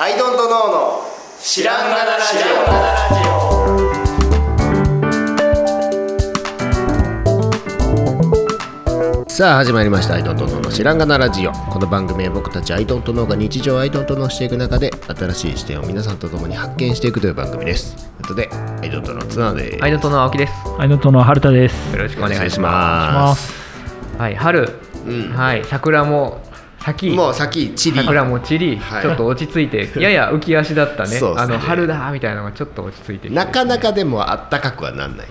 アイドントノーの知らんがなラジさあ始まりました「アイドントノーの知らんがなラジオ」この番組は僕たちアイドントノーが日常をアイドントノーしていく中で新しい視点を皆さんと共に発見していくという番組ですということでアイドントノーツナでアイドトの青木です。よアイドットの春田です。ろしくおお願願いいししま。ますすはい、春、うんはい、桜も咲き、もう先チリ桜も散り、はいちょっと落ち着 いて、やや浮き足だったね。そうですねあの春だみたいなのがちょっと落ち着いてきてなかなかでもあったかくはなんない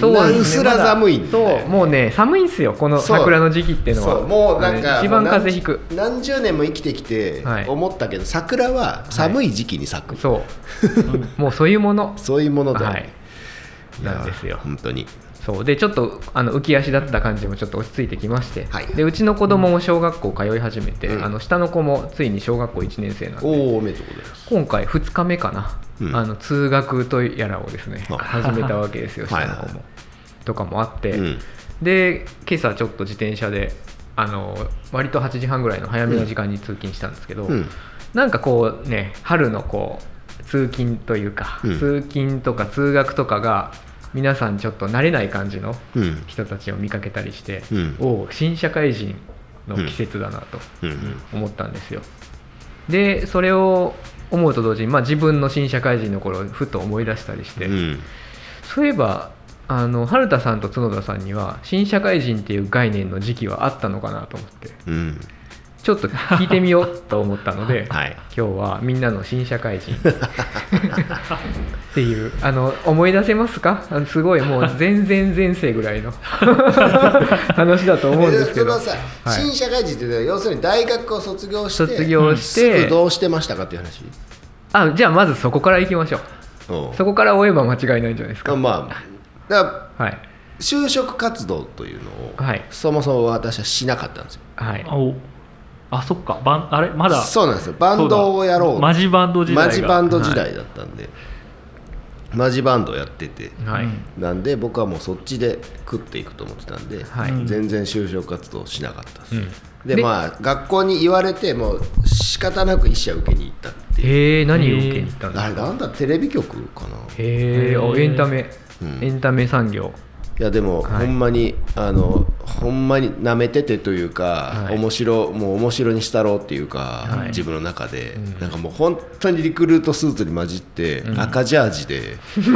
そうですねなうすら寒いんだよまだそう、もうね、寒いんすよ。このそう桜の時期っていうのは。そうもうなんか一番風邪ひく。何十年も生きてきてはい思ったけど、桜は寒い時期に咲く、 そう、もうそういうもの。そういうものだよはね、い。なんですよ。本当にそうでちょっとあの浮き足だった感じもちょっと落ち着いてきまして、はいでうちの子供も小学校通い始めて、うんあの下の子もついに小学校1年生なんでおおおめでとうございます今回2日目かな、うんあの通学とやらをですねあ始めたわけ ですよは下いのはい子も。とかもあって、うんで今朝ちょっと自転車であの割と8時半ぐらいの早めの時間に通勤したんですけど、うんなんかこうね春のこう通勤というか、うん通勤とか通学とかが皆さんちょっと慣れない感じのうん人たちを見かけたりして、うんおう新社会人の季節だなとうんうん思ったんですよ。でそれを思うと同時に、まあ、自分の新社会人の頃ふと思い出したりして、うんそういえばあの春田さんと角田さんには新社会人っていう概念の時期はあったのかなと思ってうん、ちょっと聞いてみようと思ったので はい今日はみんなの新社会人 っていうあの思い出せますかあのすごいもう全然前世ぐらいの 話だと思うんですけどえそのさ、はい新社会人っていうのは要するに大学を卒業して卒業してすぐどうしてましたかっていう話あじゃあまずそこからいきましょううんそこから追えば間違いないんじゃないですかまあだからはい就職活動というのを、はいそもそも私はしなかったんですよはいお、あそっか、バンあれまだそうなんですよバンドをやろうマジバンド時代が。マジバンド時代だったんで、マジバンドやっててはい、うんなんで僕はもうそっちで食っていくと思ってたんで、はいうん全然就職活動しなかったです、うんででまあ学校に言われてもう仕方なく一社受けに行ったっていうへえ何を受けに行ったんですあかれなんだテレビ局かなへえおエンタメ、うんエンタメ産業いやでも、はいほんまにあのほんまになめててというか、はい面白もう面白にしたろうっていうか、はい自分の中で、うんなんかもう本当にリクルートスーツに混じって、うん赤ジャージで試験を受けてて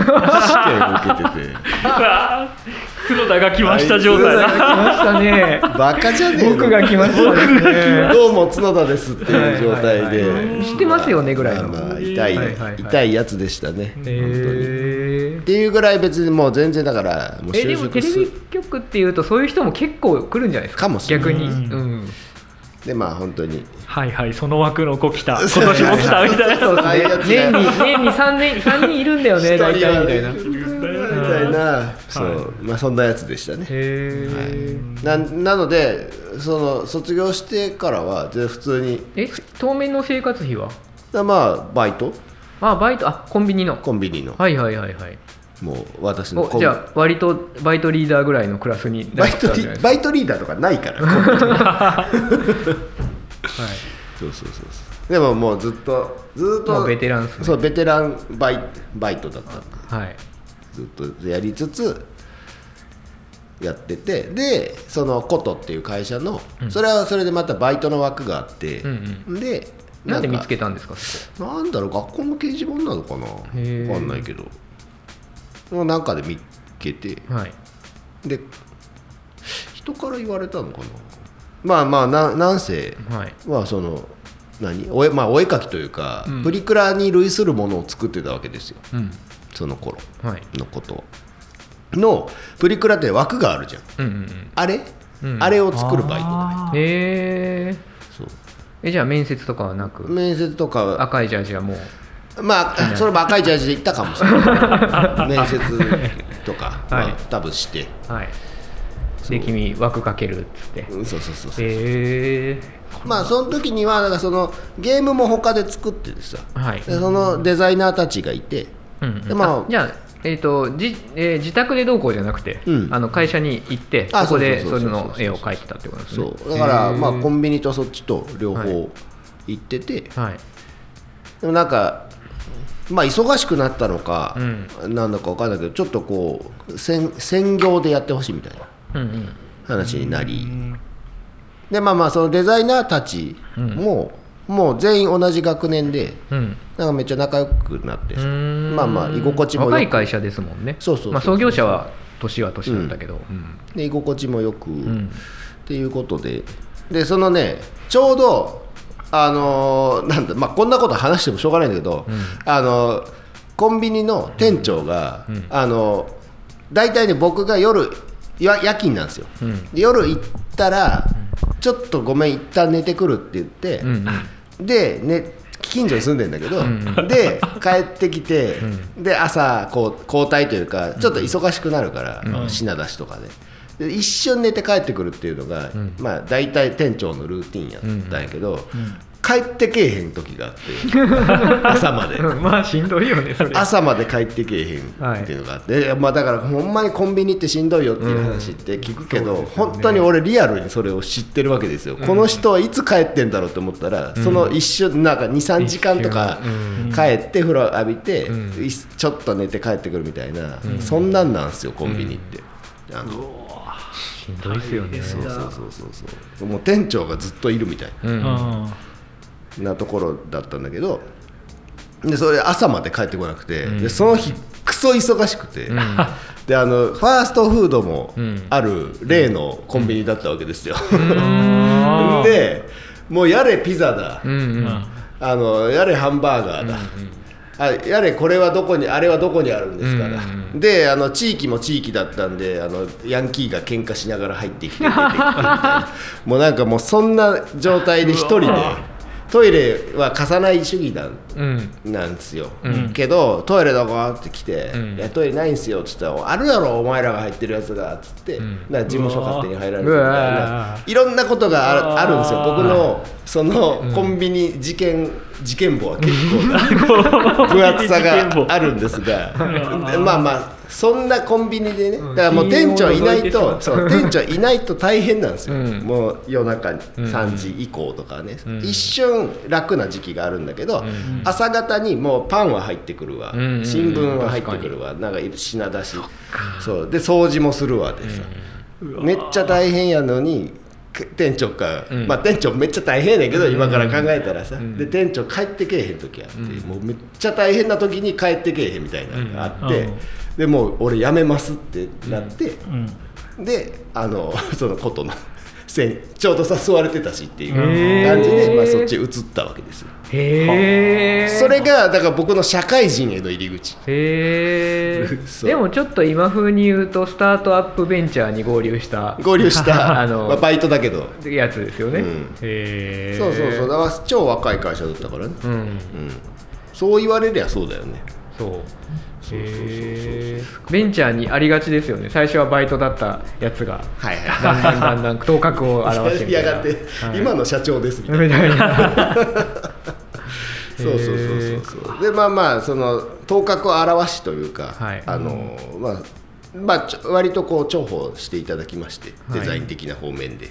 うわー黒田が来ました状あ態いだ。来ましたねバカじゃ ねえの僕が来ましたねどうも角田ですっていう状態で、はいはいはい知ってますよねぐらいのまあまあ痛い、はいはいはい痛いやつでしたね、へ本当にえっていうぐらい別にもう全然だからもうえで就も職テレすビる局っていうとそういう人も結構来るんじゃないですかかもしれない逆に、ううん、でまあ本当にはいはい、その枠の子来た。今年も来たみたいな。ああいうやつ年が に年に3年三人いるんだよ一ね人は大体みたいなみへたいな、そう、まあそんなやつでしたね。え、ななのでその卒業してからは全然普通にえ当面の生活費はだまあバイトあバイトあコンビニのコンビニの、はいはいはいはいもう私のコおンじゃあ割とバイトリーダーぐらいのクラスにバイトリバイトリーダーとかないからコンビニそうそうそうそうでももうずっとずっもとうベテランっすねそうベテランバイバイトだったんではい、はい、ずっとやりつつやっててでそのコトっていう会社の、うんそれはそれでまたバイトの枠があって、うんでなんで見つけたたんですかそこなんだろう学校の掲示板なのかなへー分かんないけどもうなんかで見つけてはいで人から言われたのかなまあまあななんせはいまあその何お絵,、まあ、お絵描きというか、うんプリクラに類するものを作ってたわけですようんその頃はいのことのプリクラって枠があるじゃんうんうんあれ、うんあれを作るバイトだねあうんーへえそうえじゃあ面接とかはなく面接とかは赤いジャージはもうまあそれも赤いジャージで行ったかもしれ ない面接とか、はいまあ、多分してはいそうで君枠かけるっつってうんそうそうそうそう、へえまあその時にはなんかそのゲームも他で作っててさはいでそのデザイナーたちがいてうんうんでまああじゃあえーとじえー自宅でどうこうじゃなくて、うんあの会社に行ってあそこでそうそそうそれうそうの絵を描いてたってことですそねうだからまあコンンビニとそっちと両はい方行ってて、はいでもなんかまあ忙しくなったのか、うなんだかわかんないけどちょっとこう専専業でやってほしいみたいなうん話になりでまあまあそのデザイナーたちも、もう全員同じ学年でうんなんかめっちゃ仲良くなってうさんまあまあ居心地も若よいく会社ですもんねそうそうそうまあ、創業者は年は年なんだけどうんで居心地もよく、うっんていうことででそのねちょうどあのーなんだまあこんなこと話してもしょうがないんだけど、あのーコンビニの店長が、あのー大体ね僕が夜や夜勤なんですよ、うんで夜行ったら、ちょっとごめん一旦寝てくるって言って、うんうんで、ね、近所に住んでんだけど、で帰ってきて、で朝こう交代というかちょっと忙しくなるから、品出しとかでで一緒に寝て帰ってくるっていうのが、まあ、大体店長のルーティンやったんやけど、帰ってけえへん時があって 朝まで。うんまあしんどいよねそれ 朝まで帰ってけえへんっていうのがあって、まあ、だからほんまにコンビニってしんどいよっていう話って聞くけど、本当に俺リアルにそれを知ってるわけですよ、この人はいつ帰ってんだろうって思ったら、その一瞬なんか23時間とか帰って風呂浴びて、いちょっと寝て帰ってくるみたいな、そんなんなんですよコンビニって。あのしんどいですよねそうそうそうそうそうもう店長がずっといるみたいな。うんうんなところだったんだけどでそれ朝まで帰ってこなくて、でその日クソ忙しくて、 であのファーストフードもある例のコンビニだったわけですよ、う んでもうやれピザだ、うんうんあのやれハンバーガーだ、あやれこれはどこにあれはどこにあるんですから、であの地域も地域だったんであのヤンキーが喧嘩しながら入ってきて 出てきてみたいなもうなんかもうそんな状態で一人でトイレは貸さない主義なんうんなんですよ、うんけどトイレどこって来て、うんいやトイレないんすよって言ったらあるだろお前らが入ってるやつがっつって、んなんか事務所勝手に入られてうみたいわなうんいろんなことがああるんですようわ僕のそのコンビニ事件、事件簿は結構分厚さ があるんですがでまあまあそんなコンビニでねだからもう店長いない信用とを除いてしそう店長いないと大変なんですよ、うんもう夜中に3時以降とかね、一瞬楽な時期があるんだけど、朝方にもうパンは入ってくるわ、うんうんうん新聞は入ってくるわなんか品出しそうで掃除もするわでさ、めっちゃ大変やのにけ店長か、うんまあ店長めっちゃ大変やねんけど、今から考えたらさ、で店長帰ってけえへん時あって、もうめっちゃ大変な時に帰ってけえへんみたいなのがあって、うんうんでもう俺辞めますってなって。うんであの そのことの線ちょうど誘われてたしっていうへー感じで、まあ、そっち移ったわけですよへえそれがだから僕の社会人への入り口へそえうでもちょっと今風に言うとスタートアップベンチャーに合流した合流した あの まあ、バイトだけど、やつですよね、うんへえそうそうそうだから超若い会社だったからね、ううんうんそう言われりゃそうだよねそうそうそうそうそうへーベンチャーにありがちですよね最初はバイトだったやつがはいだん はだんだんだん頭角を表していみ たやいながって、はい今の社長ですみたいなみたいなそうそうそうそうそうでまあまあその頭角を現しというか、はいあのまあまあちょ割とこう重宝していただきましてはいデザイン的な方面で、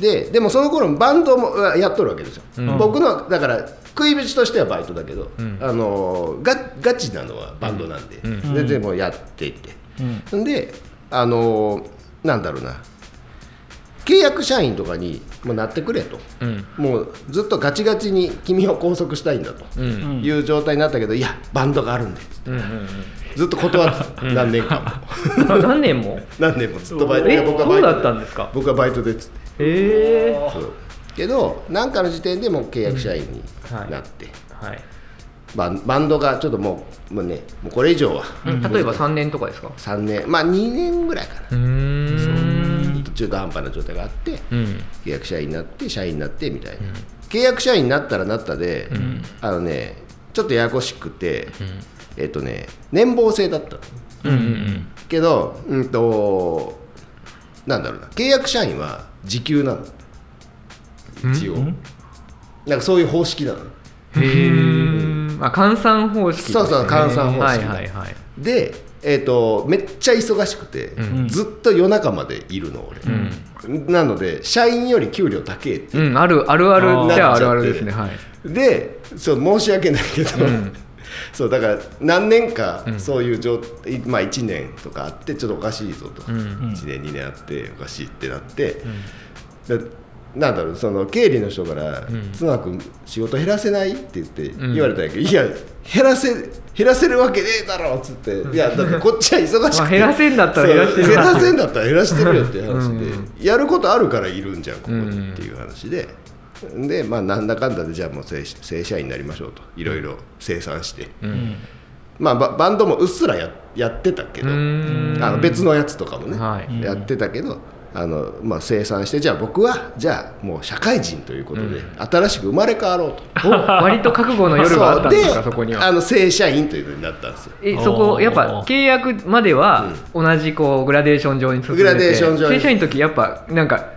ででもその頃バンドもうわやっとるわけですよ、僕のだから食い口としてはバイトだけど、あのガガチなのはバンドなんで、ででもやっていて、ん、であのなんだろうな契約社員とかにもうなってくれと、うんもうずっとガチガチに君を拘束したいんだとうんいう状態になったけど、いやバンドがあるんでうんうんずっと断ってた何年間も うんな何年も何年もずっとバイトえいやはバイトそうだったんですか僕はバイトでっつってへえそうけど何かの時点でもう契約社員になって、はいバンバンドがちょっともうもうねもうこれ以上は例えば3年とかですか3年まあ2年ぐらいかなうーん中途半端な状態があって、うん契約社員になって社員になってみたいな、契約社員になったらなったで、あのねちょっとややこしくて、えっとね年俸制だったのうんうんけどうんとなんだろうな契約社員は時給なの一応、なんかそういう方式なのうんへえ換算方式そうそう換算方式はいはいはいでえー、とめっちゃ忙しくて、うんずっと夜中までいるの俺、なので社員より給料高えってうん、あるあるああーるじゃああるあるですねはいでそう申し訳ないけど、うんそうだから何年かうんそういう状、いまあ、1年とかあってちょっとおかしいぞと、う一ん1年2年あっておかしいってなって、だなんだろうその経理の人から「ん津く君仕事減らせない?」って言ってん言われたんやけど「いや減らせ減らせるわけねえだろ」っつって「いやだってこっちは忙しくて、まあ減らせんだったら減らしてるそうわ減らせんだったら減らしてるよ」って話で、うんやることあるからいるんじゃんここにっていう話で。でまあ、なんだかんだでじゃあもう正正社員になりましょうといろいろ生産して、うんまあ、ババンドもうっすらややってたけうどーんあの別のやつとかもね、はいやってたけど、あのまあ、生産してじゃあ僕はじゃあもう社会人ということで、新しく生まれ変わろうと。お割と覚悟の夜があったんですかそこにあはの正社員というのになったんですよえそこやっぱ契約までは同じこうグラデーション上に進めてグラデーション上に正社員の時やっぱなんか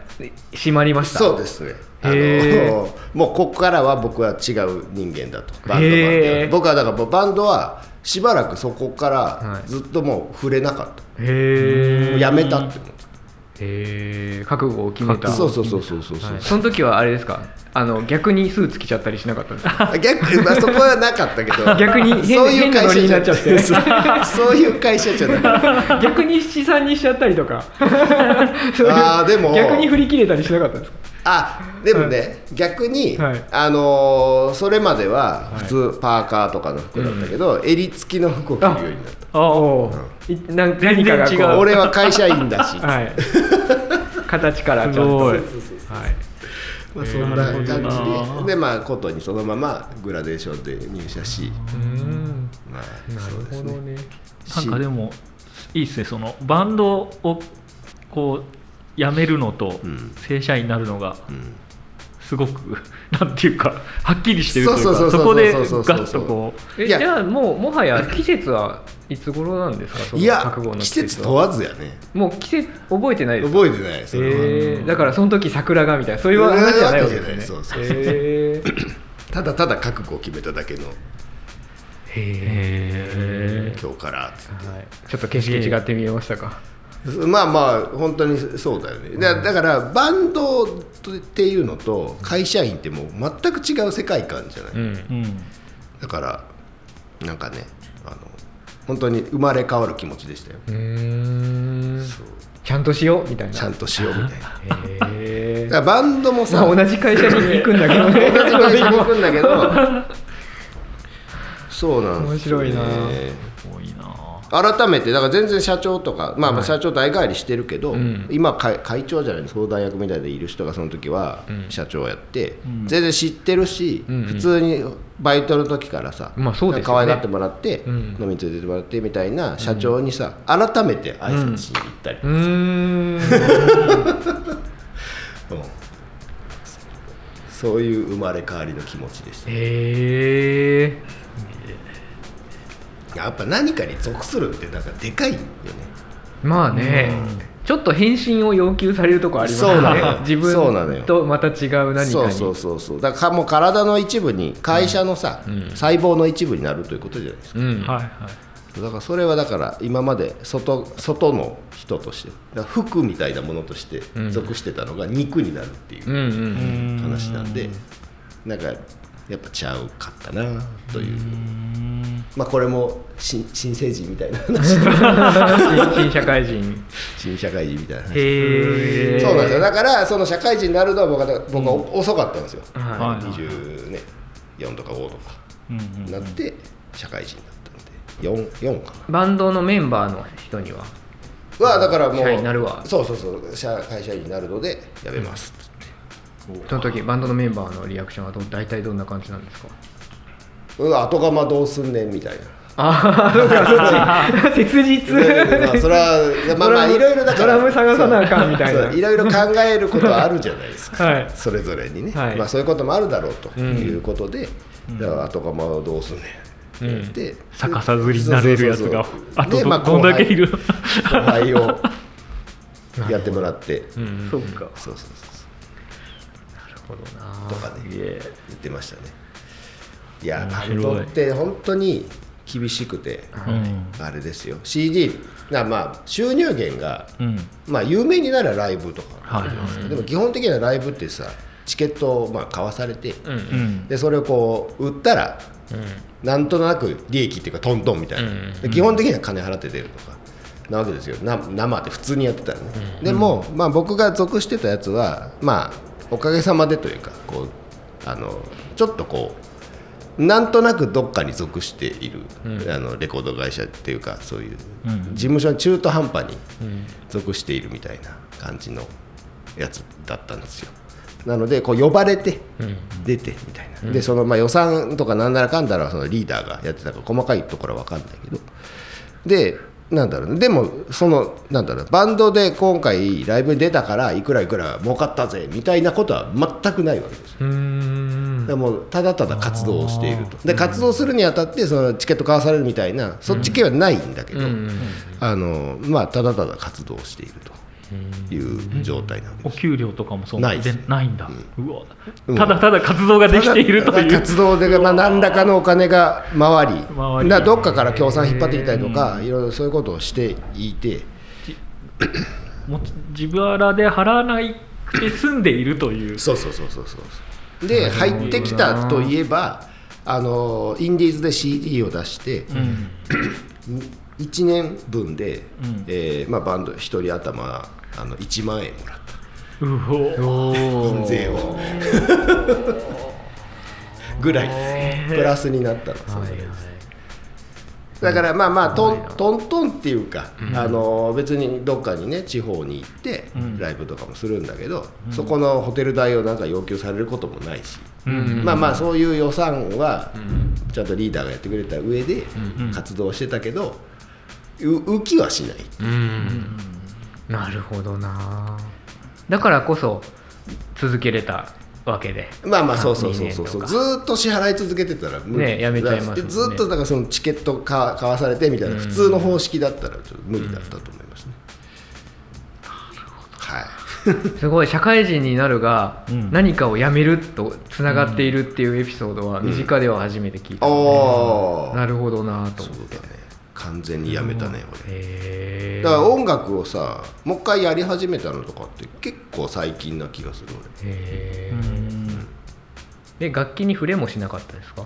閉まりましたそうですねあへの もうここからは僕は違う人間だとバンドマンへでー僕はだからもうバンドはしばらくそこかはらいずっともう触れなかった、へもうやめたって思っえへー覚悟を決めたたそうそうそうそうそうそう、はいその時はあれですかあの逆にスーツ着ちゃったりしなかったんですか 逆に、まあ、そこはなかったけど逆に変そういう会社じゃ変なノリになっち そうそういう会社じゃない逆に七三にしちゃったりとかそういうあーでも逆に振り切れたりしなかったんですかあでもね、逆に、はいあのーそれまでは普通パーカーとかの服だったけど、襟付きの服を着るようになっあおういなん全何か然がこ違たう俺は会社員 だし、はい、形からすちゃんとごはいいまあ、そんな感じで、なるほどなでまあことにそのままグラデーションで入社し、うんまあ、なるそうですほねどねなんかでもいいですねそのバンドをこう辞めるのとうん正社員になるのがうんすごく なんていうかはっきりしてるというそうかそうそこでそガうそうそうそうッとこえいじやゃあもうもはや季節はいつ頃なんですかそのいや覚悟の季季節節問はわずやねもう季節覚えてないですか覚えてないそれは、えーだからその時桜がみたいなそういう話じゃないわけですねそうそうそうへーただただ覚悟を決めただけのへ今日からっつってはいちょっと景色違って見えましたかまあまあ本当にそうだよねだだからバンドっていうのと会社員ってもう全く違う世界観じゃない、うんう、うん、だからなんかねあの本当に生まれ変わる気持ちでしたよ、うーんそうちゃんとしようみたいなちゃんとしようみたい なへだーからバンドもさ、まあ同じ会社に行くんだけど ね同じ会社に行くんだけど そうなんですよね面白多いな改めてだから全然社長とか、まあ、まはあい社長代替わりしてるけど、うん今会会長じゃない相談役みたいでいる人がその時はうん社長やって、うん全然知ってるし、うんうん普通にバイトの時からさ、まあそうなんですよねか可愛がってもらって、うん飲みに連れてってもらってみたいな社長にさ改めて挨拶しに行ったり、 うーんうんそういう生まれ変わりの気持ちでした、へえやっぱ何かに属するってなんかでかいよねまあね、うんちょっと変身を要求されるとこありますそうなのねよ自そうなの分よとまた違う何かにそうそうそうそうだからもう体の一部に会社のさ、うん細胞の一部になるということじゃないですか、うんはいはいだからそれはだから今まで外外の人としてだから服みたいなものとしてうん属してたのが肉になるっていううんうん話なんで、なんかやっぱちゃうかったなという、うんまあこれも新新成人みたいな話 新社会人新社会人みたいな話へえそうなんですよだからその社会人になるのは僕は僕は遅かったんですよ、ははい24とか5とかうんうんなって社会人だったんで 4, 4かい、バンドのメンバーの人にはなはだからもう社員になるわそうそうそう社会社員になるのでやめますっつってその時バンドのメンバーのリアクションはどう大体どんな感じなんですかうわ後釜どうすんねんみたい なああそうか そっち切実まあそれはまあまあドラムいろいろだからドラム探さなあかんみたいなそういろいろ考えることはあるじゃないですか、はいそれぞれにね、はいまあ、そういうこともあるだろうとうんいうことで、だから後釜はどうすんねんって言って、逆さずりになれるやつがそうそうそうあとでど,、まあどんだけいる後 輩をやってもらって、うんうんそうかそうそうそうなるほどそうとなかねいえ言ってましたねいや面バ白いンドって本当に厳しくて、うんあれですよ CD なまあ収入源が、うんまあ、有名にならライブとかはいでも基本的にはライブってさチケットをまあ買わされて、うんうんでそれをこう売ったらなんとなく利益っていうかトントンみたいな、うんで基本的には金払って出るとかなわけですよな生で普通にやってたらね、でも、まあ、僕が属してたやつは、まあ、おかげさまでというかこうあのちょっとこうなんとなくどっかに属している、あのレコード会社っていうかそういううん事務所に中途半端にうん属しているみたいな感じのやつだったんですよなのでこう呼ばれてうん出てみたいな、でそのまあ予算とかなんならかんだらそのリーダーがやってたから細かいところは分かんないけどでなんだろうねでもそのなんだろうバンドで今回ライブに出たからいくらいくら儲かったぜみたいなことは全くないわけですようーんでもうただただ活動をしているとで活動するにあたってそのチケット買わされるみたいなそっち系はないんだけど、うんあのまあ、ただただ活動をしているという状態なわけおです。給料とかもそうないですでないんだ、うわうんただただ活動ができているとただいただう活動で、まあ、何らかのお金が回り回りだからどっかから協賛引っ張ってきたりとかいろいろそういうことをしていてもち自腹で払わないくて済んでいるというそうそうそうそうそうで入ってきたといえばあのインディーズで CD を出してうん1年分で、うんえーまあ、バンド1人頭あの1万円もらったうお印税を ぐらいですプラスになったのそはいれはいでだからまあまあトントントンっていうか、あの別にどっかにね地方に行ってうんライブとかもするんだけど、そこのホテル代をなんか要求されることもないし、うんまあまあそういう予算はうんちゃんとリーダーがやってくれた上でん活動してたけど、う浮きはしない、うんなるほどなだからこそ続けれたわけでまあまあそうそうそうそう二年そとうかずーっと支払い続けてたら無理ねやめちゃいますもんねでずっとだからそのチケットか買わされてみたいな普通の方式だったらちょっと無理だったと思いますね、はいすごい社会人になるが、うん何かをやめるとつながっているっていうエピソードは身近では初めて聞いた、おーなるほどなとそう思ってだね完全にやめたね俺へえだから音楽をさもう一回やり始めたのとかって結構最近な気がする俺へうーんで楽器に触れもしなかったですか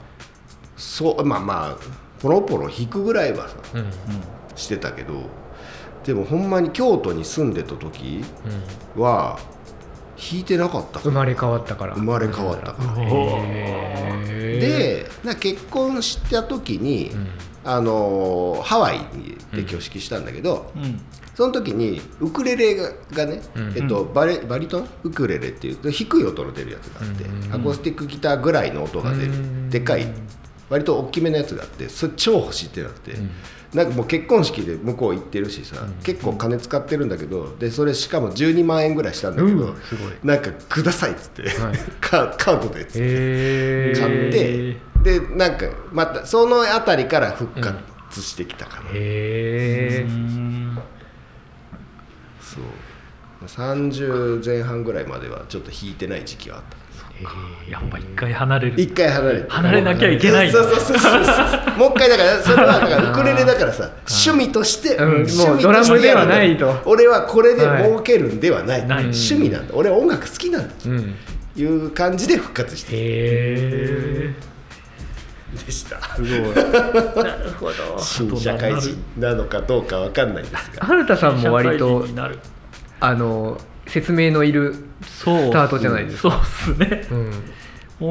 そうまあまあポロポロ弾くぐらいはさうんうんしてたけどでもほんまに京都に住んでた時は弾いてなかったか生らまれ変わったから生まれ変わったからうおへーでなんか結婚した時に、うんあのーハワイで挙式したんだけど、うんその時にウクレレがね、うんえっと、バレバリトンウクレレっていう低い音の出るやつがあって、うんアコースティックギターぐらいの音が出る、うんでかい割と大きめのやつがあってそれ超欲しいってなって、うんなんかもう結婚式で向こう行ってるしさ、結構金使ってるんだけどでそれしかも12万円ぐらいしたんだけど、うんすごいなんかくださいっつって、はいカカードでっつってへー買って、へでなんかまたその辺りから復活してきたかな、えうんそう30前半ぐらいまではちょっと引いてない時期はあったやっぱ一回離れ一る回離れて離れなきゃいけないんだそうそうそうそうそうもう一回だからそれはだからウクレレだからさ趣味として、うん趣味としてもうドラムではないと俺はこれで儲けるんではない、ない趣味なんだ俺は音楽好きなんだうんという感じで復活してへえでしたすごいなるほど新社会人なのかどうかわかんないんですが春田さんも割社会と人になるあの説明のいるそうスタートじゃないですそうっすねうん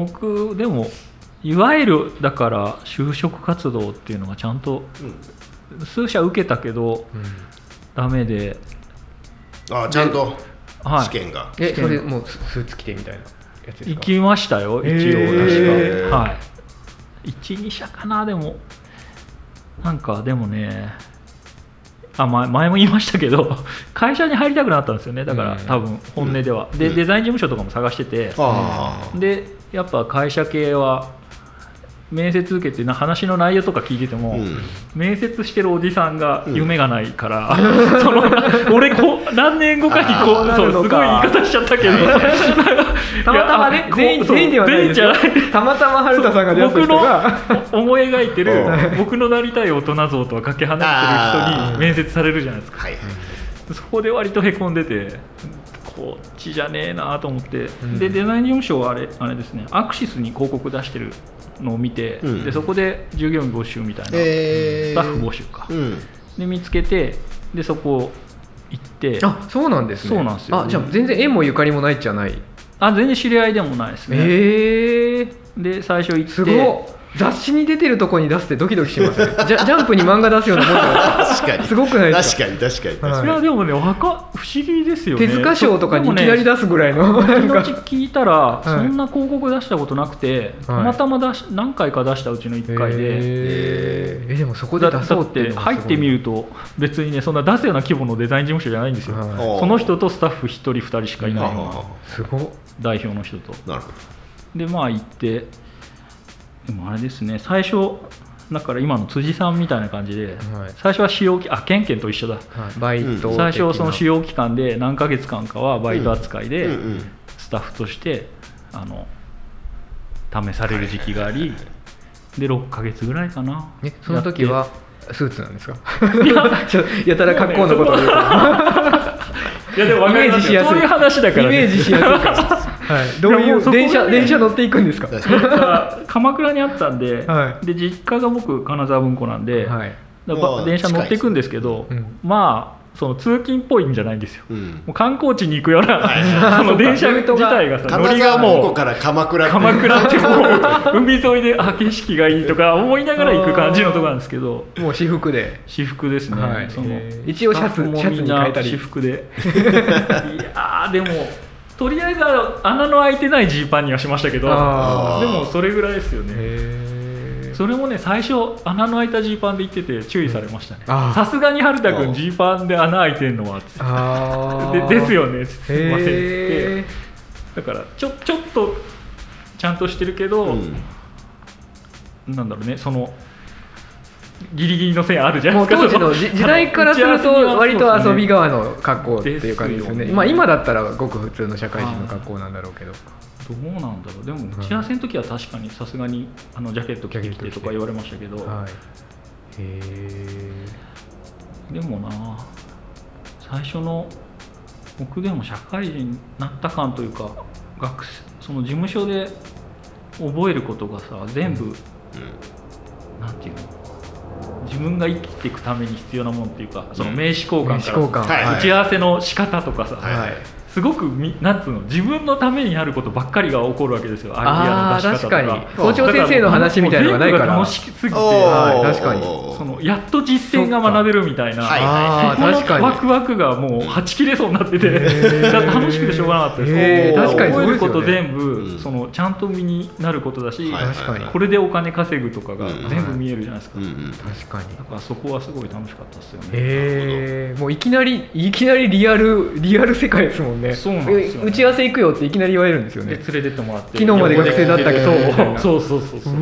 僕でもいわゆるだから就職活動っていうのがちゃんと数社受けたけどダメで、ああちゃんとはい、試験が、えそれもうススーツ着てみたいなやつです行かきましたよ一応へー確かはい12社かなでもなんかでもねあ前前も言いましたけど会社に入りたくなかったんですよねだから、うん多分本音では、でデザイン事務所とかも探してて、ああでやっぱ会社系は面接受けてな話の内容とか聞いてても、うん面接してるおじさんがうん夢がないから、 その俺こう何年後かにこあうーそうなるのすごい言 かい方しちゃったけどたまたまいやねあ全員こうそう全員ではないですよ全員じゃないたまたま春田さんが出会った僕人のがお思い描いてるう僕のなりたい大人像とはかけ離れてる人に面接されるじゃないですかはいはいそこで割とへこんでてこっちじゃねえなと思って、んでデザイン事務所はあれあれですねアクシスに広告出してるのを見て、うんでそこで従業員募集みたいな、えースタッフ募集か、うんで見つけてでそこ行ってああそうなんですねそうなんですよあじゃあ全然縁もゆかりもないじゃない全然知り合いでもないですね、ええー、で最初行ってすごっ雑誌に出てるとこに出すってドキドキしますねジャジャンプに漫画出すようなもんだよ確かにすごくないですか確かに確かに確かはいにやでもねわか不思議ですよね手塚賞とかにいきなり出すぐらいの、でもなねん後か々聞いたら、いそんな広告出したことなくて、たまたま出し何回か出したうちの1回で、えーえでもそこでだ出そうっていうだのっがてすごい入ってみると別にねそんな出すような規模のデザイン事務所じゃないんですよ、はいおーその人とスタッフ1人2人しかいない、はあはすごっ代表の人とあなるほどでまあ行ってでもあれですね最初だから今の辻さんみたいな感じで、はい最初は使用期あケンケンと一緒だはいバイト的な最初はその使用期間で何ヶ月間かはバイト扱いで、うんうんスタッフとしてあの試される時期があり、で6ヶ月ぐらいかな、えその時やっはスーツなんですか ちょやたら格好のことを 言うからていやでも分かりますよそういう話だから、イね、メージしやすいから、はい、どういやいもうそうこで電車電車乗っていくんですか確かにさ鎌倉にあったんで,、はで実家が僕金沢文庫なん で、はいだからまあ電車乗っていくんですけど近いですねまあその通勤っぽいんじゃないんですよ、うんもう観光地に行くような、その電車ルート自が体がさ乗り金が沢文も庫うから鎌倉って鎌倉ってもう海沿いであ景色がいいとか思いながら行く感じのとこなんですけどもう私服で私服ですね、はいそのえー一応シャツスタッフもシャツに変えたりみんな私服でいやーでもとりあえずあの穴の開いてないジーパンにはしましたけどあーでもそれぐらいですよねへそれもね最初穴の開いたジーパンで行ってて注意されましたねあーさすがに春田あ君ージーパンで穴開いてんのはつってあーでですよねすいませんへつってだからちょちょっとちゃんとしてるけど、うんなんだろうねそのギリギリの線あるじーゃなもいうですか当時のそじ時代からす ると割と遊び側の格好っていう感じですよねですよまあ今だったらごく普通の社会人の格好なんだろうけどどうなんだろうでも打ち合わせの時は確かにさすがにあのジャケット着てきてとか言われましたけど、はいへでもな最初の僕でも社会人になった感というか学生その事務所で覚えることがさ全部、なんていうの自分が生きていくために必要なもんっていうかその名刺交換名から刺交換はい打ち合わせの仕方とかさ、はいすごくみなんつうの自分のためになることばっかりが起こるわけですよアイディアの出し方とかあー確かに校長先生の話みたいなのがないからもう全部が楽しすぎてはい確かにそのやっと実践が学べるみたいな、はいあこーの確かにワクワクがもうはち切れそうになってて、だから楽しくてしょうがなかったです、ーへ確かに覚えるそうこですとよね全部、んそのちゃんと身になることだし、はいはいはい確かにこれでお金稼ぐとかがうん全部見えるじゃないですか、うんうん確かにだからそこはすごい楽しかったですよね、へえもういきなりいきなりリアルリアル世界ですもんねそうなんですよねえ打ち合わせ行くよっていきなり言われるんですよでね連れてってもらって昨日まで学生だったけどみたいなそうそうそうそうそうな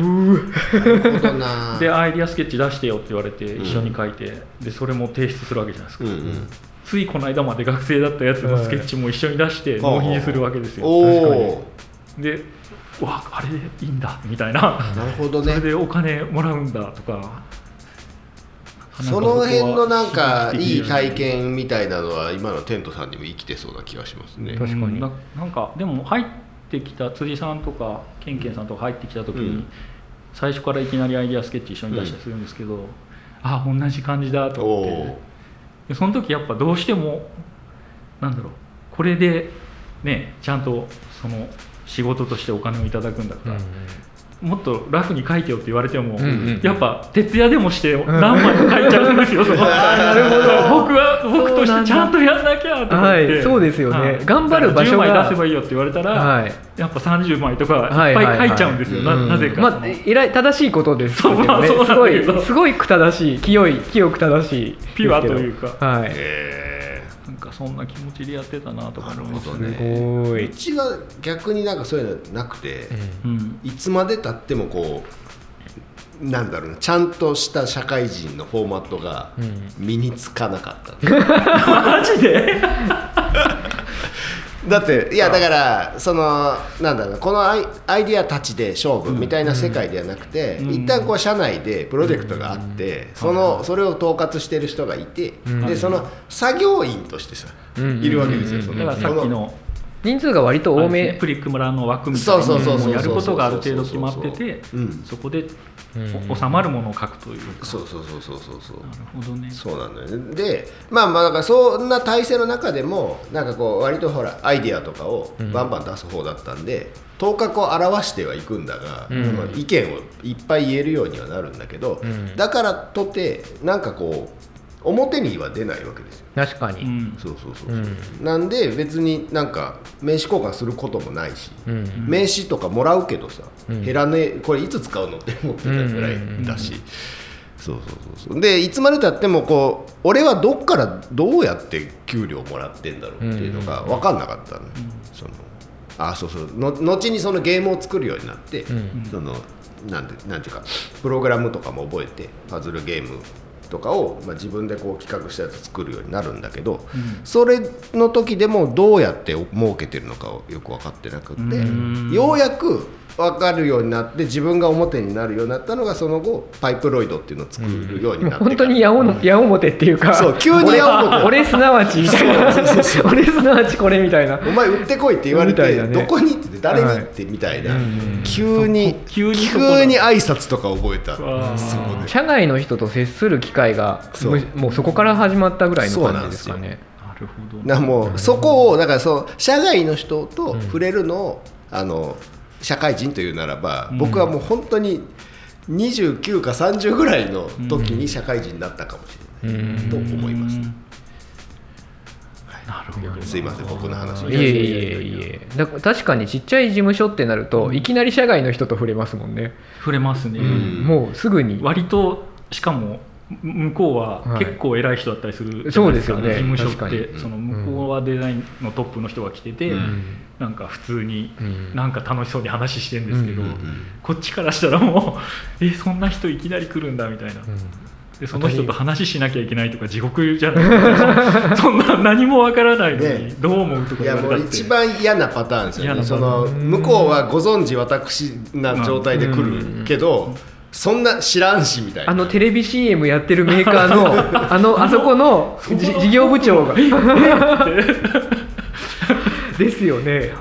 るほどなでアイディアスケッチ出してよって言われて一緒に書いて、でそれも提出するわけじゃないですか、うんうんついこの間まで学生だったやつのスケッチも一緒に出して納品するわけですよ、おおでうわあれでいいんだみたいな、なるほどそれねでお金もらうんだとかその辺のなんかいい体うん験みたいなのは今のテントさんにも生きてそうな気がしますね。確かにななんかでも入ってきた辻さんとかケンケンさんとか入ってきた時に、うん最初からいきなりアイディアスケッチ一緒に出したりするんですけど、あ同じ感じだとお思ってお。でその時やっぱどうしてもなんだろうこれでねちゃんとその仕事としてお金をいただくんだから、もっとラフに書いてよって言われても、うんうんやっぱ徹夜でもして何枚も書いちゃうんですよ、そのなるほど 僕は僕としてちゃんとやんなきゃと思って、はいそうですよねはい頑張る場所が10枚出せばいいよって言われたら、はいやっぱ30枚とかはいいっはいぱい書いちゃうんですよ、はいななぜか、まあ、えらい正しいことですけどそうまあね、そうなんすだごけどいすごいく正しい清い清く正しいですけどピュアというかはいええなんかそんな気持ちでやってたなとかなる思いまほすどすね。ごうい、ちが逆になんかそういうのなくて、うんいつまでたってもこうなんだろうなちゃんとした社会人のフォーマットが身につかなかった。マジで だっていやだからそのなんだろうこのアイアイディアたちで勝負みたいな世界ではなくて、うん一旦こう社内でプロジェクトがあって、そのそれを統括してる人がいて、うんでその作業員としてさ、うんいるわけですよ。うんそだからさっきの人数が割と多あれですめねプリック村の枠みたいにそうそうそうそうもうやることがある程度決まっててうんそこでうんお収まるものを書くというかそうそうそうそうそうそうなるほどねそうなんだよねでまあまあだからそんな体制の中でもなんかこう割とほらアイディアとかをうんバンバン出す方だったんで、頭角を表してはいくんだが、うんその意見をいっぱい言えるようにはなるんだけど、うんだからとてなんかこう表には出ないわけですよ確かうにんそうそうそうそう、うなんで別になんか名刺交換することもないし、うん名刺とかもらうけどさ、うん減らねえこれいつ使うのって思ってたぐらいだし、うんそうそうそうそうでいつまでたってもこう俺はどっからどうやって給料もらってんだろうっていうのが分かんなかったの,、そのあそうそうの後にそのゲームを作るようになって、うんそのなんてなんていうかプログラムとかも覚えてパズルゲームとかを、まあ、自分でこう企画したやつ作るようになるんだけど、うんそれの時でもどうやって儲けてるのかをよく分かってなくって、うんようやく分かるようになって自分が表になるようになったのがその後パイプロイドっていうのを作るようになってから、本当に矢面矢面っていうかそう急に矢面俺俺すなわちみたいな 俺すなわちこれみたいなお前売ってこいって言われて、みたいなねどこにって誰にってみたいな、急に急にそこだ急に挨拶とか覚えたわあそこで社内の人と接する機会がそうむもうそこから始まったぐらいの感じですかそうなんねなるほどなねもうそこをだからそう社外の人と触れるのを、あの社会人というならば、うん僕はもう本当に29か30ぐらいの時に社会人になったかもしれない、うんと思いました、なるほどすいません僕の話いえいえいえいえだ確かにちっちゃい事務所ってなるといきなり社外の人と触れますもんね、触れますねんもうすぐに割としかもむ向こうははい結構偉い人だったりするそうですよね事務所っ確かてにその向こうはデザインのトップの人が来てて、うんなんか普通にうんなんか楽しそうに話してんですけど、うんこっちからしたらもう えそんな人いきなり来るんだみたいな、でその人と話しなきゃいけないとか地獄じ ゃないですかそんな何もわからないのに、ねどう思うとかい言やわれもたっうて一番嫌なパターンですよ嫌なねパターそンの向こうはご存知私な状態で来るけど、そんな知らんしみたいなあのテレビ CM やってるメーカー のあのあそこのじ事業部長が ですよね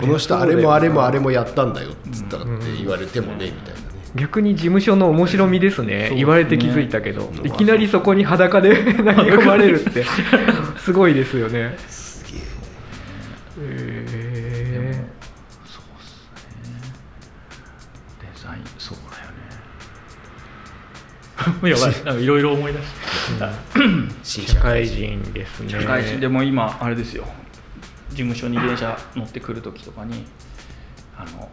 この人あれもあれもあれもやったんだよっつったらって言われてもねみたいなね逆に事務所の面白みですねそう言われて気づいたけど、うんいきなりそこに裸で投げ込まれるってすごいですよねすげええそうっすねデザインそうだよね や ばいなんかいろいろ思い出して、新ー社社会会人人ですね社会人でも今あれですよ事務所に電車乗ってくる時とかにあの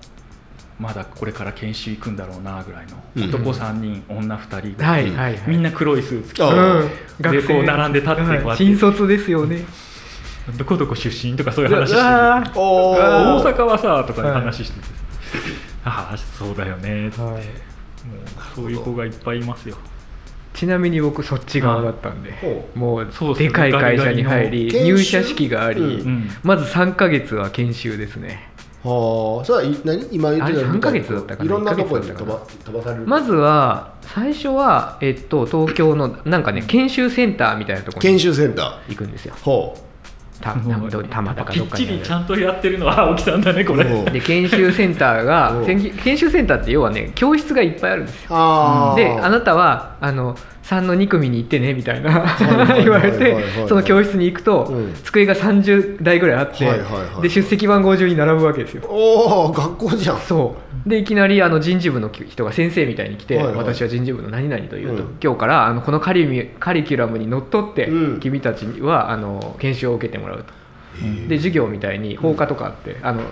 まだこれから研修行くんだろうなぐらいのうん男3人、女2人ぐら、はいいはい、はい、みんな黒いスーツ着てあうん、でこう並んで立ってこうやってはい新卒ですよねどこどこ出身とかそういう話してうわるーお大ー阪はさとかはい話してて、ああそうだよねもうはいそういう子がいっぱいいますよちなみに僕そっち側だったんで、ほもうそうですねでかい会社に入りガリガリの入社式があり、研修うんまず3ヶ月は研修ですねはあそれはい何今言ってたあれみたいに3ヶ月だったかないろんなとこに1ヶ飛月だばっ飛ばされるまずは最初は、えっと、東京のなんかね研修センターみたいなところ研に修センタ行くんですよーほたもなうどたまたかきどっっかちにありるちゃんとやってるのは青木さんだねこれおうで研修センタ ーおがうせん研修センターって要はね教室がいっぱいあるんですようああであなたはあの3の2組に行ってねみたいないはいはいはい言われてその教室に行くと、うん机が30台ぐらいあって、はいはいはいで出席番号順に並ぶわけですよおお学校じゃんそうでいきなりあの人事部の人が先生みたいに来て、はいはい私は人事部の何々というと、うん今日からあのこのカリミカリキュラムにのっとって、うん君たちにはあの研修を受けてもらうとへーで授業みたいに放課とかあって、あの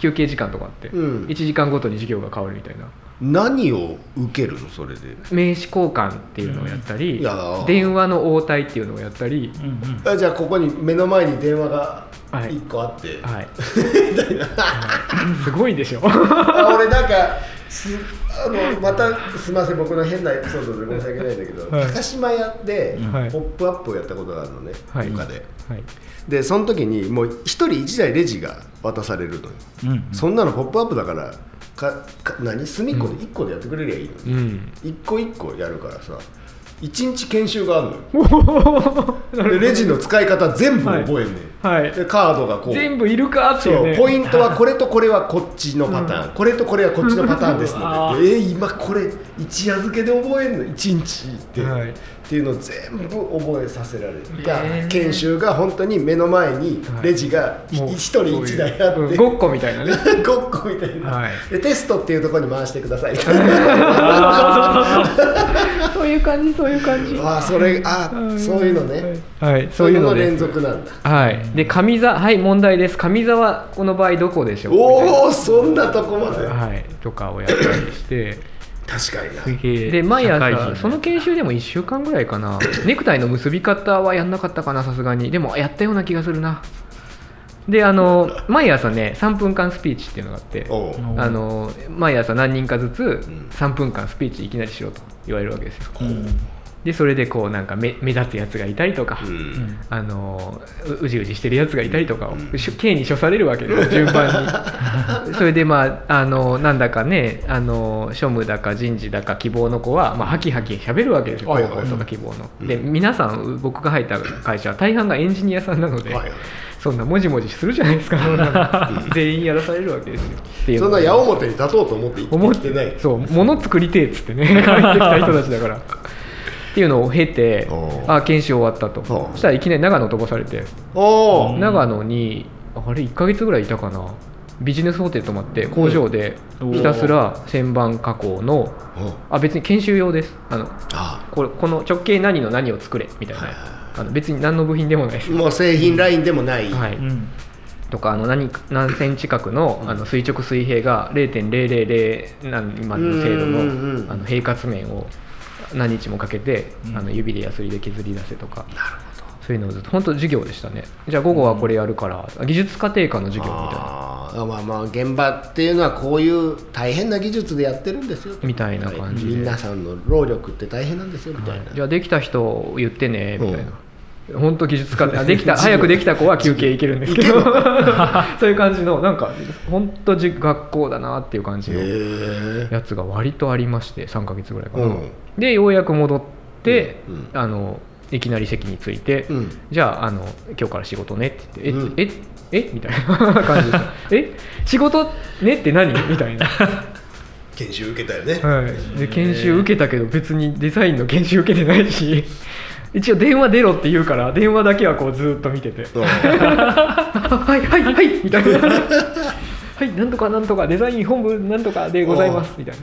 休憩時間とかあって、うん1時間ごとに授業が変わるみたいな何を受けるのそれで名刺交換っていうのをやったり、いやー電話の応対っていうのをやったり、うんうんあじゃあここに目の前に電話がはい 1個あってはい、すごいでしょ あ俺なんかすあのまたすみません僕の変なエピソードで申し訳ないんだけど、はい高島屋でうんポはいップアップをやったことがあるのね、はい他ではいでその時にもう一人一台レジが渡されるのよ、うんうんそんなの「ポップアップだからかか何隅っこで1個でやってくれりゃいいのに、うん一個一個やるからさ1日研修があるのよ おーなるほどでレジの使い方全部覚えんねん、はいでカードがこう全部いるかってそいううねポイントはこれとこれはこっちのパターン、これとこれはこっちのパターンですうわのーででえー今これ一夜漬けで覚えんの一日って、はいっていうのを全部覚えさせられる、だえー研修が本当に目の前にはいレジがもう一人一台あって、こういううんごっこみたいなね ごっこみたいな、はいでテストっていうところに回してくださいみたいな そういう感じそういう感じああそれあーそういうのね、はいそそうういいううのの連です続なんだはいで上座はい問題です上座はこの場合どこでしょうおおそんなとこまでみたいなはいとかをやったりして確かになすげえで毎社会人朝だその研修でも1週間ぐらいかなネクタイの結び方はやんなかったかなさすがにでもやったような気がするなであの毎朝ね3分間スピーチっていうのがあっておううんあの毎朝何人かずつん3分間スピーチいきなりしろと言われるわけですようんでそれでこうなんか目目立つやつがいたりとか、うんあのううじうじしてるやつがいたりとかを、うんしゅ刑に処されるわけです よ順番にそれでまああのなんだかねあの庶務だか人事だか希望の子は、まあ、ハキハキ喋るわけですよはい高はい校とか希望の、うんで皆さん僕が入った会社は大半がエンジニアさんなので、はいはいそんなもじもじするじゃないですか 全員やらされるわけですよっていうそんな矢面に立とうと思って思行っってないそう物作りてえっつっ てね帰ってきた人たちだからっていうのを経ておうあ研修終わったとおうそしたらいきなり長野飛ばされておおうん長野にあれ1ヶ月ぐらいいたかなビジネスホテル泊まって工場でうんひたすら旋盤加工のあ別に研修用ですあのあこれこの直径何の何を作れみたいな、はいはいはあの別に何の部品でもないであす、もう製品ラインでもない、はいうんとかあの何何センチ角のあの垂直水平が0.000何までの精度うんうんうんのあの平滑面を何日もかけてうんあの指でヤスリで削り出せとかそういうのをずっと本当授業でしたねじゃあ午後はこれやるから技術家庭科の授業みたいなあーまあまあ現場っていうのはこういう大変な技術でやってるんですよみたいな感じで皆さんの労力って大変なんですよみたいな、じゃあできた人言ってねみたいな本当技 術家庭できた授業早くできた子は休憩行けるんですけど そういう感じのなんか本当じ学校だなっていう感じのへえやつが割とありまして3ヶ月ぐらいかな、うんでようやく戻って、うんうんあのいきなり席に着いて、うんじゃああの今日から仕事ねって言うんって「え、ええみたいな感 じでした「え仕事ねって何?」みたいな、研修受けたよね、はい、で研修受けたけど別にデザインの研修受けてないし一応電話出ろって言うから電話だけはこうずーっと見ててうんはいはいはいみたいなはいなんとかなんとかデザイン本部なんとかでございますみたいな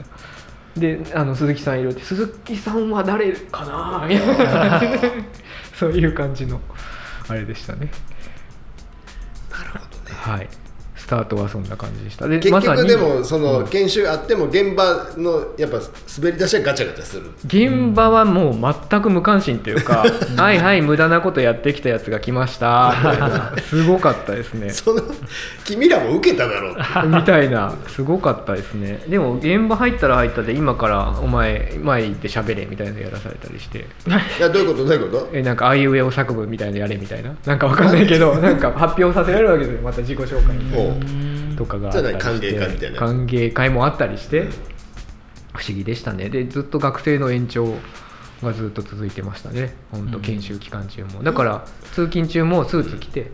であの鈴木さんいるって鈴木さんは誰かなみたいなそういう感じのあれでしたねはいスタートはそんな感じでしたで結局でもまさそにうのん研修あっても現場のやっぱ滑り出しはガチャガチャす る現場はもう全く無関心っていうか、はいはい無駄なことやってきたやつが来ましたみた いなすごかったですねその君らも受けただ ろうってみたいなすごかったですねでも現場入ったら入ったで今からお前前行って喋れみたいなのやらされたりしていやどういうことどういうことえなんかあいうえお作文みたいなのやれみたいななんかわかんないけどなんか発表させられるわけですよまた自己紹介みたいおうなとかがあっじゃたあり何して歓迎会みたいな歓迎会もあったりして不思議でしたねでずっと学生の延長がずっと続いてましたね本当うん研修期間中もだから通勤中もスーツ着て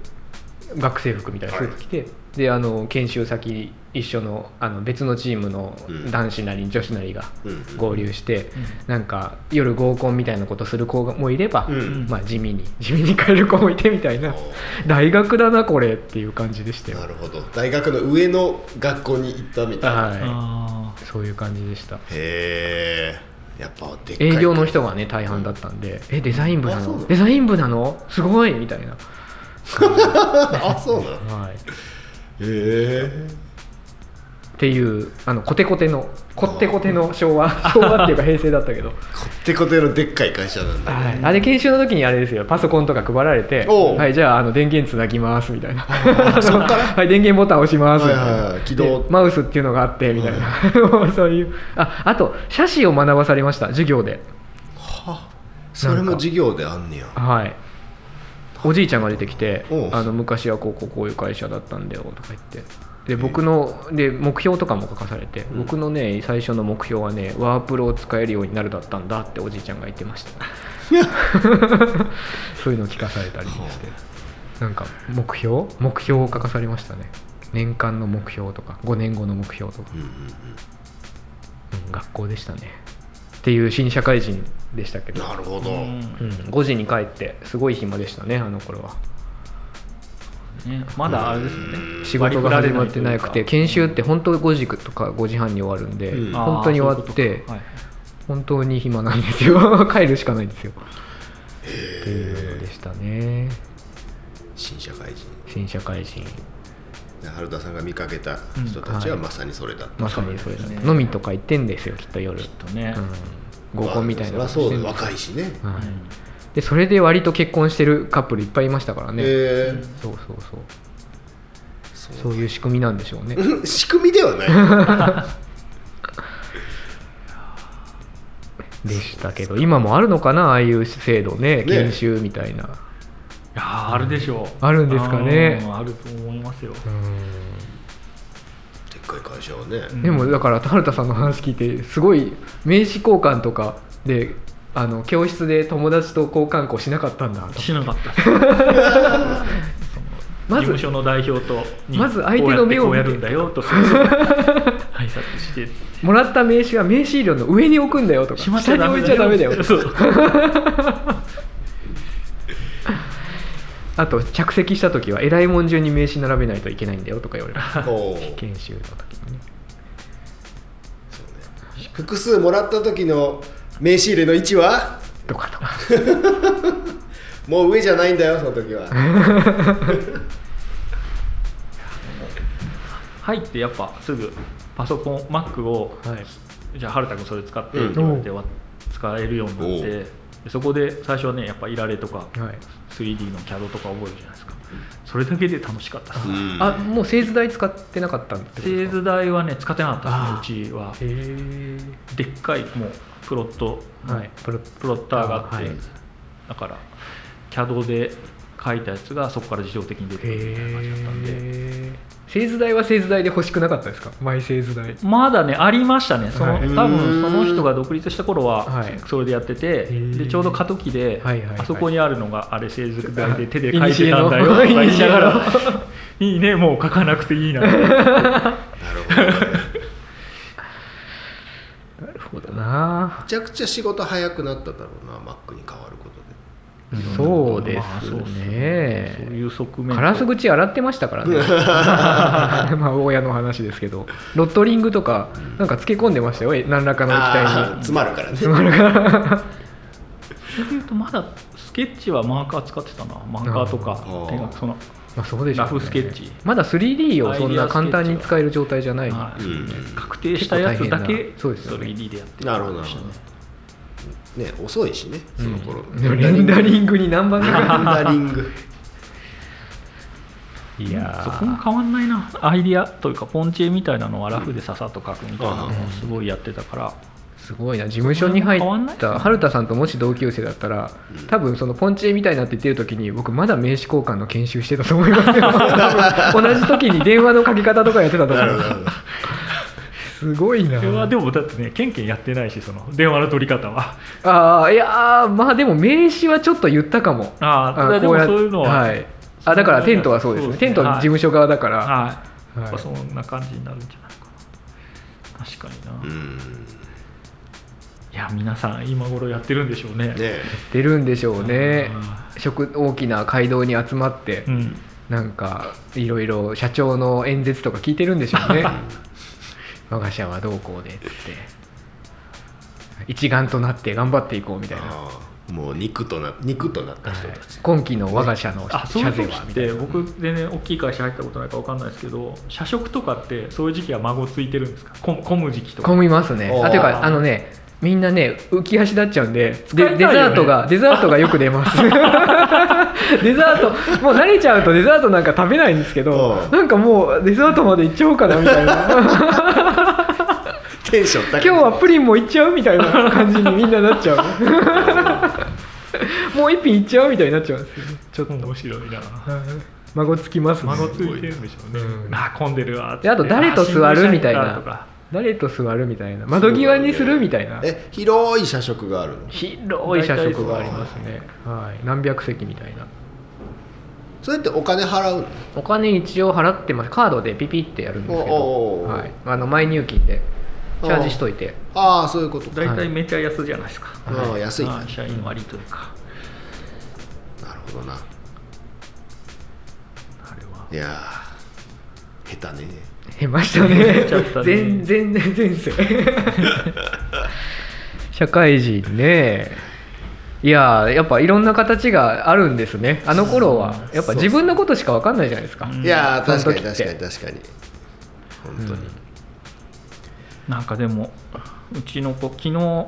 学生服みたいなスーツ着て、であの研修先一緒のあの別のチームのうん男子なり女子なりがうん合流して、なんか夜合コンみたいなことする子もいれば、うんまあ、地味に地味に帰る子もいてみたいなおう大学だなこれっていう感じでしたよなるほど大学の上の学校に行ったみたいなはあいそういう感じでしたへえやっぱでっかい営業の人がね大半だったんで「えデザイン部なあそうなののデザイン部なのすごい!」みたいな、 あそうなのへはい、え っていうあのコテコテのこってこての昭和昭和っていうか平成だったけどこてこてのでっかい会社なんだけどはい、あれ研修の時にあれですよパソコンとか配られて「おうはい、じゃああの電源つなぎます」みたいなあそっから はい、電源ボタン押します」みたいなはいはいはい起動でマウスっていうのがあってみたいな、 そういうああと写真を学ばされました授業ではそれも授業であんねやはいおじいちゃんが出てきておう「あの昔はこうこうこういう会社だったんだよ」とか言ってで僕ので目標とかも書かされて、うん僕のね最初の目標はねワープロを使えるようになるだったんだっておじいちゃんが言ってました そういうのを聞かされたりしてなんか目標目標を書かされましたね年間の目標とか5年後の目標とか、うんうんうん学校でしたねっていう新社会人でしたけ うんどなるほど、ううんん、5時に帰ってすごい暇でしたねあの頃はね、まだあれですよね仕事が始まってなくて研修って本当5時とか5時半に終わるんで、うん本当に終わってあーそういうことかはい本当に暇なんですよ 帰るしかないんですよっていうのでしたね新社会人新社会人で春田さんが見かけた人たちはまさにそれだった、まさにそれだそうねですね飲みとか行ってんですよきっと夜、きっとね、うん、合コンみたいなまのあそうしてんです若いしね、はうんい、でそれで割と結婚してるカップルいっぱいいましたからね、えーそうそうそうそそういう仕組みなんでしょうねううん 仕組みでは ないでしたけど今もあるのかなああいう制度ねね研修みたいな、いやーあるでしょうあるんですかねあーあると思いますよでっかい会社はね、うんでもだから春田さんの話聞いてすごい名刺交換とかであの教室で友達と交換校しなかったんだとしなかったですそのま事ず務所の代表とにまず相手の目をこう見やてってこうやるんだよとか挨拶して もらった名刺は名刺入れの上に置くんだよとかしまっち下ゃにダ置メいちゃダメだよそう あと着席した時は偉いもん順に名刺並べないといけないんだよとか言われましたおう研修の時にねそうね複数もらった時の名刺入れの位置はとかとかもう上じゃないんだよその時 は入ってやっぱすぐパソコン Mac をはいじゃあ春田君それ使ってうんって言われてわ使えるようになっおうてでそこで最初はねやっぱいられとかはい 3D の CAD とか覚えるじゃないですかそれだけで楽しかったですうんあもう製図台使ってなかったんですか製図台はね使ってなかあったですねうちはへえでっかいもうプロットはいプロプロッターがあってはいだから CAD で書いたやつがそこから自動的に出てくるみたいな感じだったんでへー製図台は製図台で欲しくなかったですかマイ製図台まだねありましたねその、はい多分その人が独立した頃ははいそれでやってて、ーでちょうど過渡期で、はいはいはいあそこにあるのがあれ製図台で手で書いてたんだよとかいにしえのいに言いながらし「 いいねもう書かなくていいな」はなるほどねなるほどなめちゃくちゃ仕事早くなっただろうなマックに変わることで そうでまあすそうっすねそういう側面とカラス口洗ってましたからねまあ親の話ですけどロットリングとかなんか漬け込んでましたよえ何らかのあー液詰まるからねそれでいうとまだスケッチはマーカー使ってたなマーカーとかああ手がそ体に、のまあ、そうでしょうねラフスケッチまだ 3D をそんな簡単に使える状態じゃないはいうん確定したやつだ結構け大変なそうですよね 3D でやってなるほどなるほどね遅いしねその頃、うんレンダリングに何番レンかかダリングいそこも変わんないなアイディアというかポンチ絵みたいなのはラフでささっと描くみたいなのをすごいやってたからすごいな事務所に入変わんっないた春田さんともし同級生だったら多分そのポンチ絵みたいなって言ってる時に僕まだ名刺交換の研修してたと思いますよ 多分同じ時に電話のかけ方とかやってたと思なるほうどすごいなそれはでもだってねケンケンやってないしその電話の取り方はああいやーまあでも名刺はちょっと言ったかもああーでこもやっそういうのは、ははいいあだからテントはそうですねそうですねテントは事務所側だから、やっはぱいそんな感じになるんじゃないかな確かにな、ういんや皆さん今頃やってるんでしょうねねえ出るんでしょうねあ食大きな街道に集まって、うんなんかいろいろ社長の演説とか聞いてるんでしょう ね我が社はどうこうでっつって一丸となって頑張っていこうみたいなああもう肉とな肉となった人たち、今期の我が社のあ社そういう税時はっみたいてな僕全然大きい会社入ったことないから分かんないですけど社食とかってそういう時期は孫ついてるんですかこ混む時期とか混みますねおーあというかあのねみんなね浮き足立っちゃうんで疲れでたデザいよねートがデザートがよく出ます デザートもう慣れちゃうとデザートなんか食べないんですけどうんなんかもうデザートまで行っちゃおうかなみたいなテンション高今い日はプリンも行っちゃうみたい な感じにみんななっちゃうもう一品行っちゃうみたいになっちゃうんですよねちょっと、面白いなはい孫つきますね孫ついてるんでしょうね、あ混んでるわーってであと誰と座るみたいあ新聞社行ったとなか誰と座るみたいな窓際にするみたいなえ広い社食があるの広い社食がありますね、はい、何百席みたいなそれってお金払うのお金一応払ってますカードでピピってやるんですけおうおうおど、うはい、あの前入金でチャージしといてああそういうこと大体めちゃ安じゃないですか、ああ安いねああ社員割というか、なるほどなあれはいやー下手ね減りましたねちゃったね全然前世 社会人ねいやーやっぱいろんな形があるんですねあの頃はやっぱ自分のことしか分かんないじゃないですかうんいやー確そかのに時っ確てかに確かに本当に、なんかでもうちの子昨日ん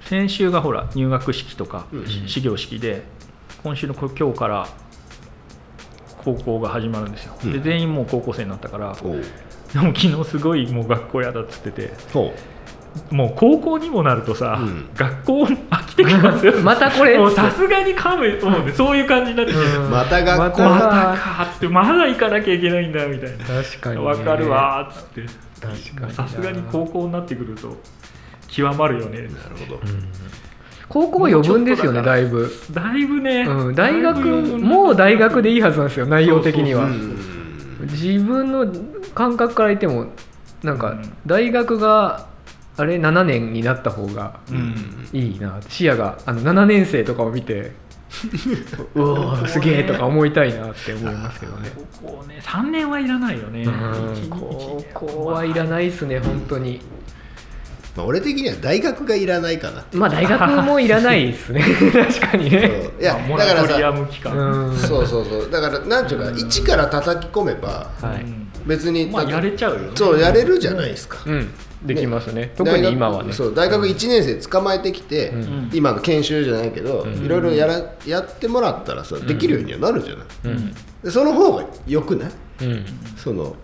先週がほら入学式とか、うんし始業式で今週のこ今日から高校が始まるんですよ、うでん全員もう高校生になったからおうでも昨日すごいもう学校嫌だっつっててほもう高校にもなるとさ、うん学校飽きてきますよ またこれもうさすがに噛むもうねそういう感じになってきてる、また学校ままたたかってまだ行かなきゃいけないんだみたいな確かにねわかるわーっつって確かになさすがに高校になってくると極まるよねうなるほど、高校余分ですよねもうちょっとだかだだいぶ、いぶね、うん、大だい学ぶもう大学でいいはずなんですよ内容的にはうんうん自分の感覚から言ってもなんうかん大学があれ7年になった方がうんいいな視野があの7年生とかを見てうおーすげえとか思いたいなって思いますけどね高校ね3年はいらないよね、うん高校はいらないっすね本当にまあ、俺的には大学がいらないかなまあ大学もいらないっすね確かにねそういやモだかラらトリアさム期間、うんそうそうそうだからなんていうか一から叩き込めばはいうん別に、まあやれちゃうよねそうやれるじゃないですか、うんできますね特に今は大ね学そう大学1年生捕まえてきて、うん今の研修じゃないけど、んいろいろやらやってもらったらさできるようにはなるじゃない、うんでその方がよくないうんその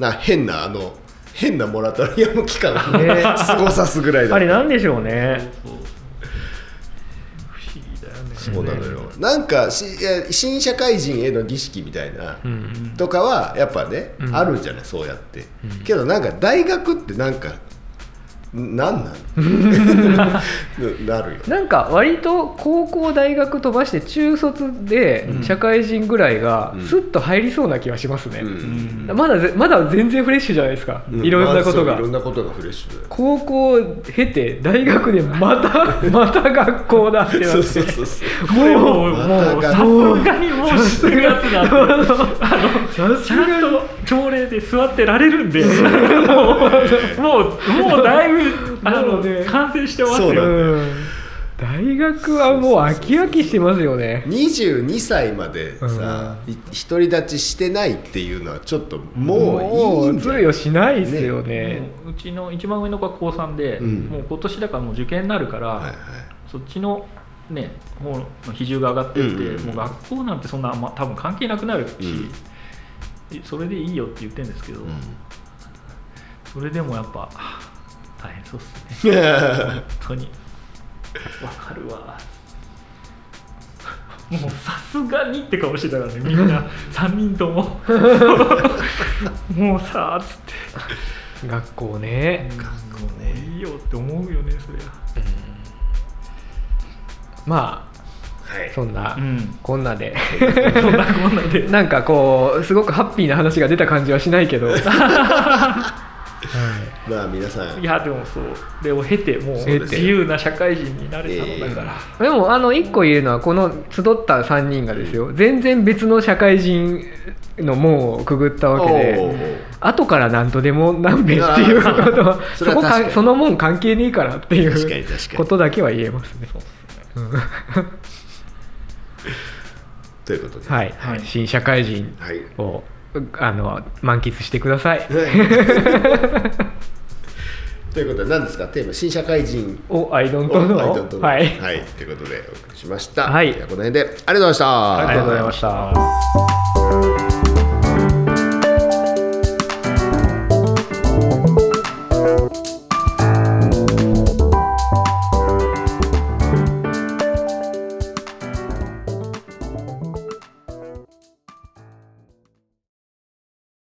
な変なあの変なモラトリアム期間をね過ごさすぐらいだあれなんでしょうねそう不思議だよねそうなのよなんかしいや新社会人への儀式みたいな、うんとかはやっぱね、うんあるじゃないそうやって、けどなんか大学ってなんかんなんなん なるよなんか割と高校大学飛ばして中卒で社会人ぐらいがうんスッと入りそうな気はしますね、うんまだぜまだ全然フレッシュじゃないですか、ういろんなことまあそが、ういろんなことがフレッシュだよ高校を経て大学でま たまた学校だってなってそうそうそうそうもう、まもたう、がさすがにもう知ってるやつだと。あの、ちゃんと朝礼で座ってられるんで、もう、もう、もうだいぶ、 あものうね、完成してますそうなよ。うん大学はもう飽き飽きしてますよね22歳までさ、い独り立ちしてないっていうのはちょっとももういいうんじゃ通ない用しないですよねもううちの一番上の子は高3で、うんもう今年だからもう受験になるから、はいはいそっちのね方の比重が上がってって、うんうんうんもう学校なんてそんな、まあ、多分関係なくなるし、それでいいよって言ってるんですけど、それでもやっぱ大変そうっすね本当にわかるわもうさすがにって顔してたからねみ んな3人とももうさあっつって学校ね、いいよって思うよねそり まはあそんな、ゃうんこんなでそんなこんなで なんかこうすごくハッピーな話が出た感じはしない けどい、まあ皆さんいやでもそうそれを経てもう経て自由な社会人になれたのだから、でもあの1個言えるのはこの集った3人がですよ全然別の社会人の門をくぐったわけおうおうおうで後から何とでも何べっていうあーことは そそれはこ確かにかそのもん関係ねえからってい確かにう確かにことだけは言えますね。うん ということではい、はい新社会人はい をあの満喫してください。はいということで何ですかテーマ新社会人おアイドンをトアイドンとのはいはい、ということでお送りしました、はいではこの辺でありがとうございましたありがとうございました。た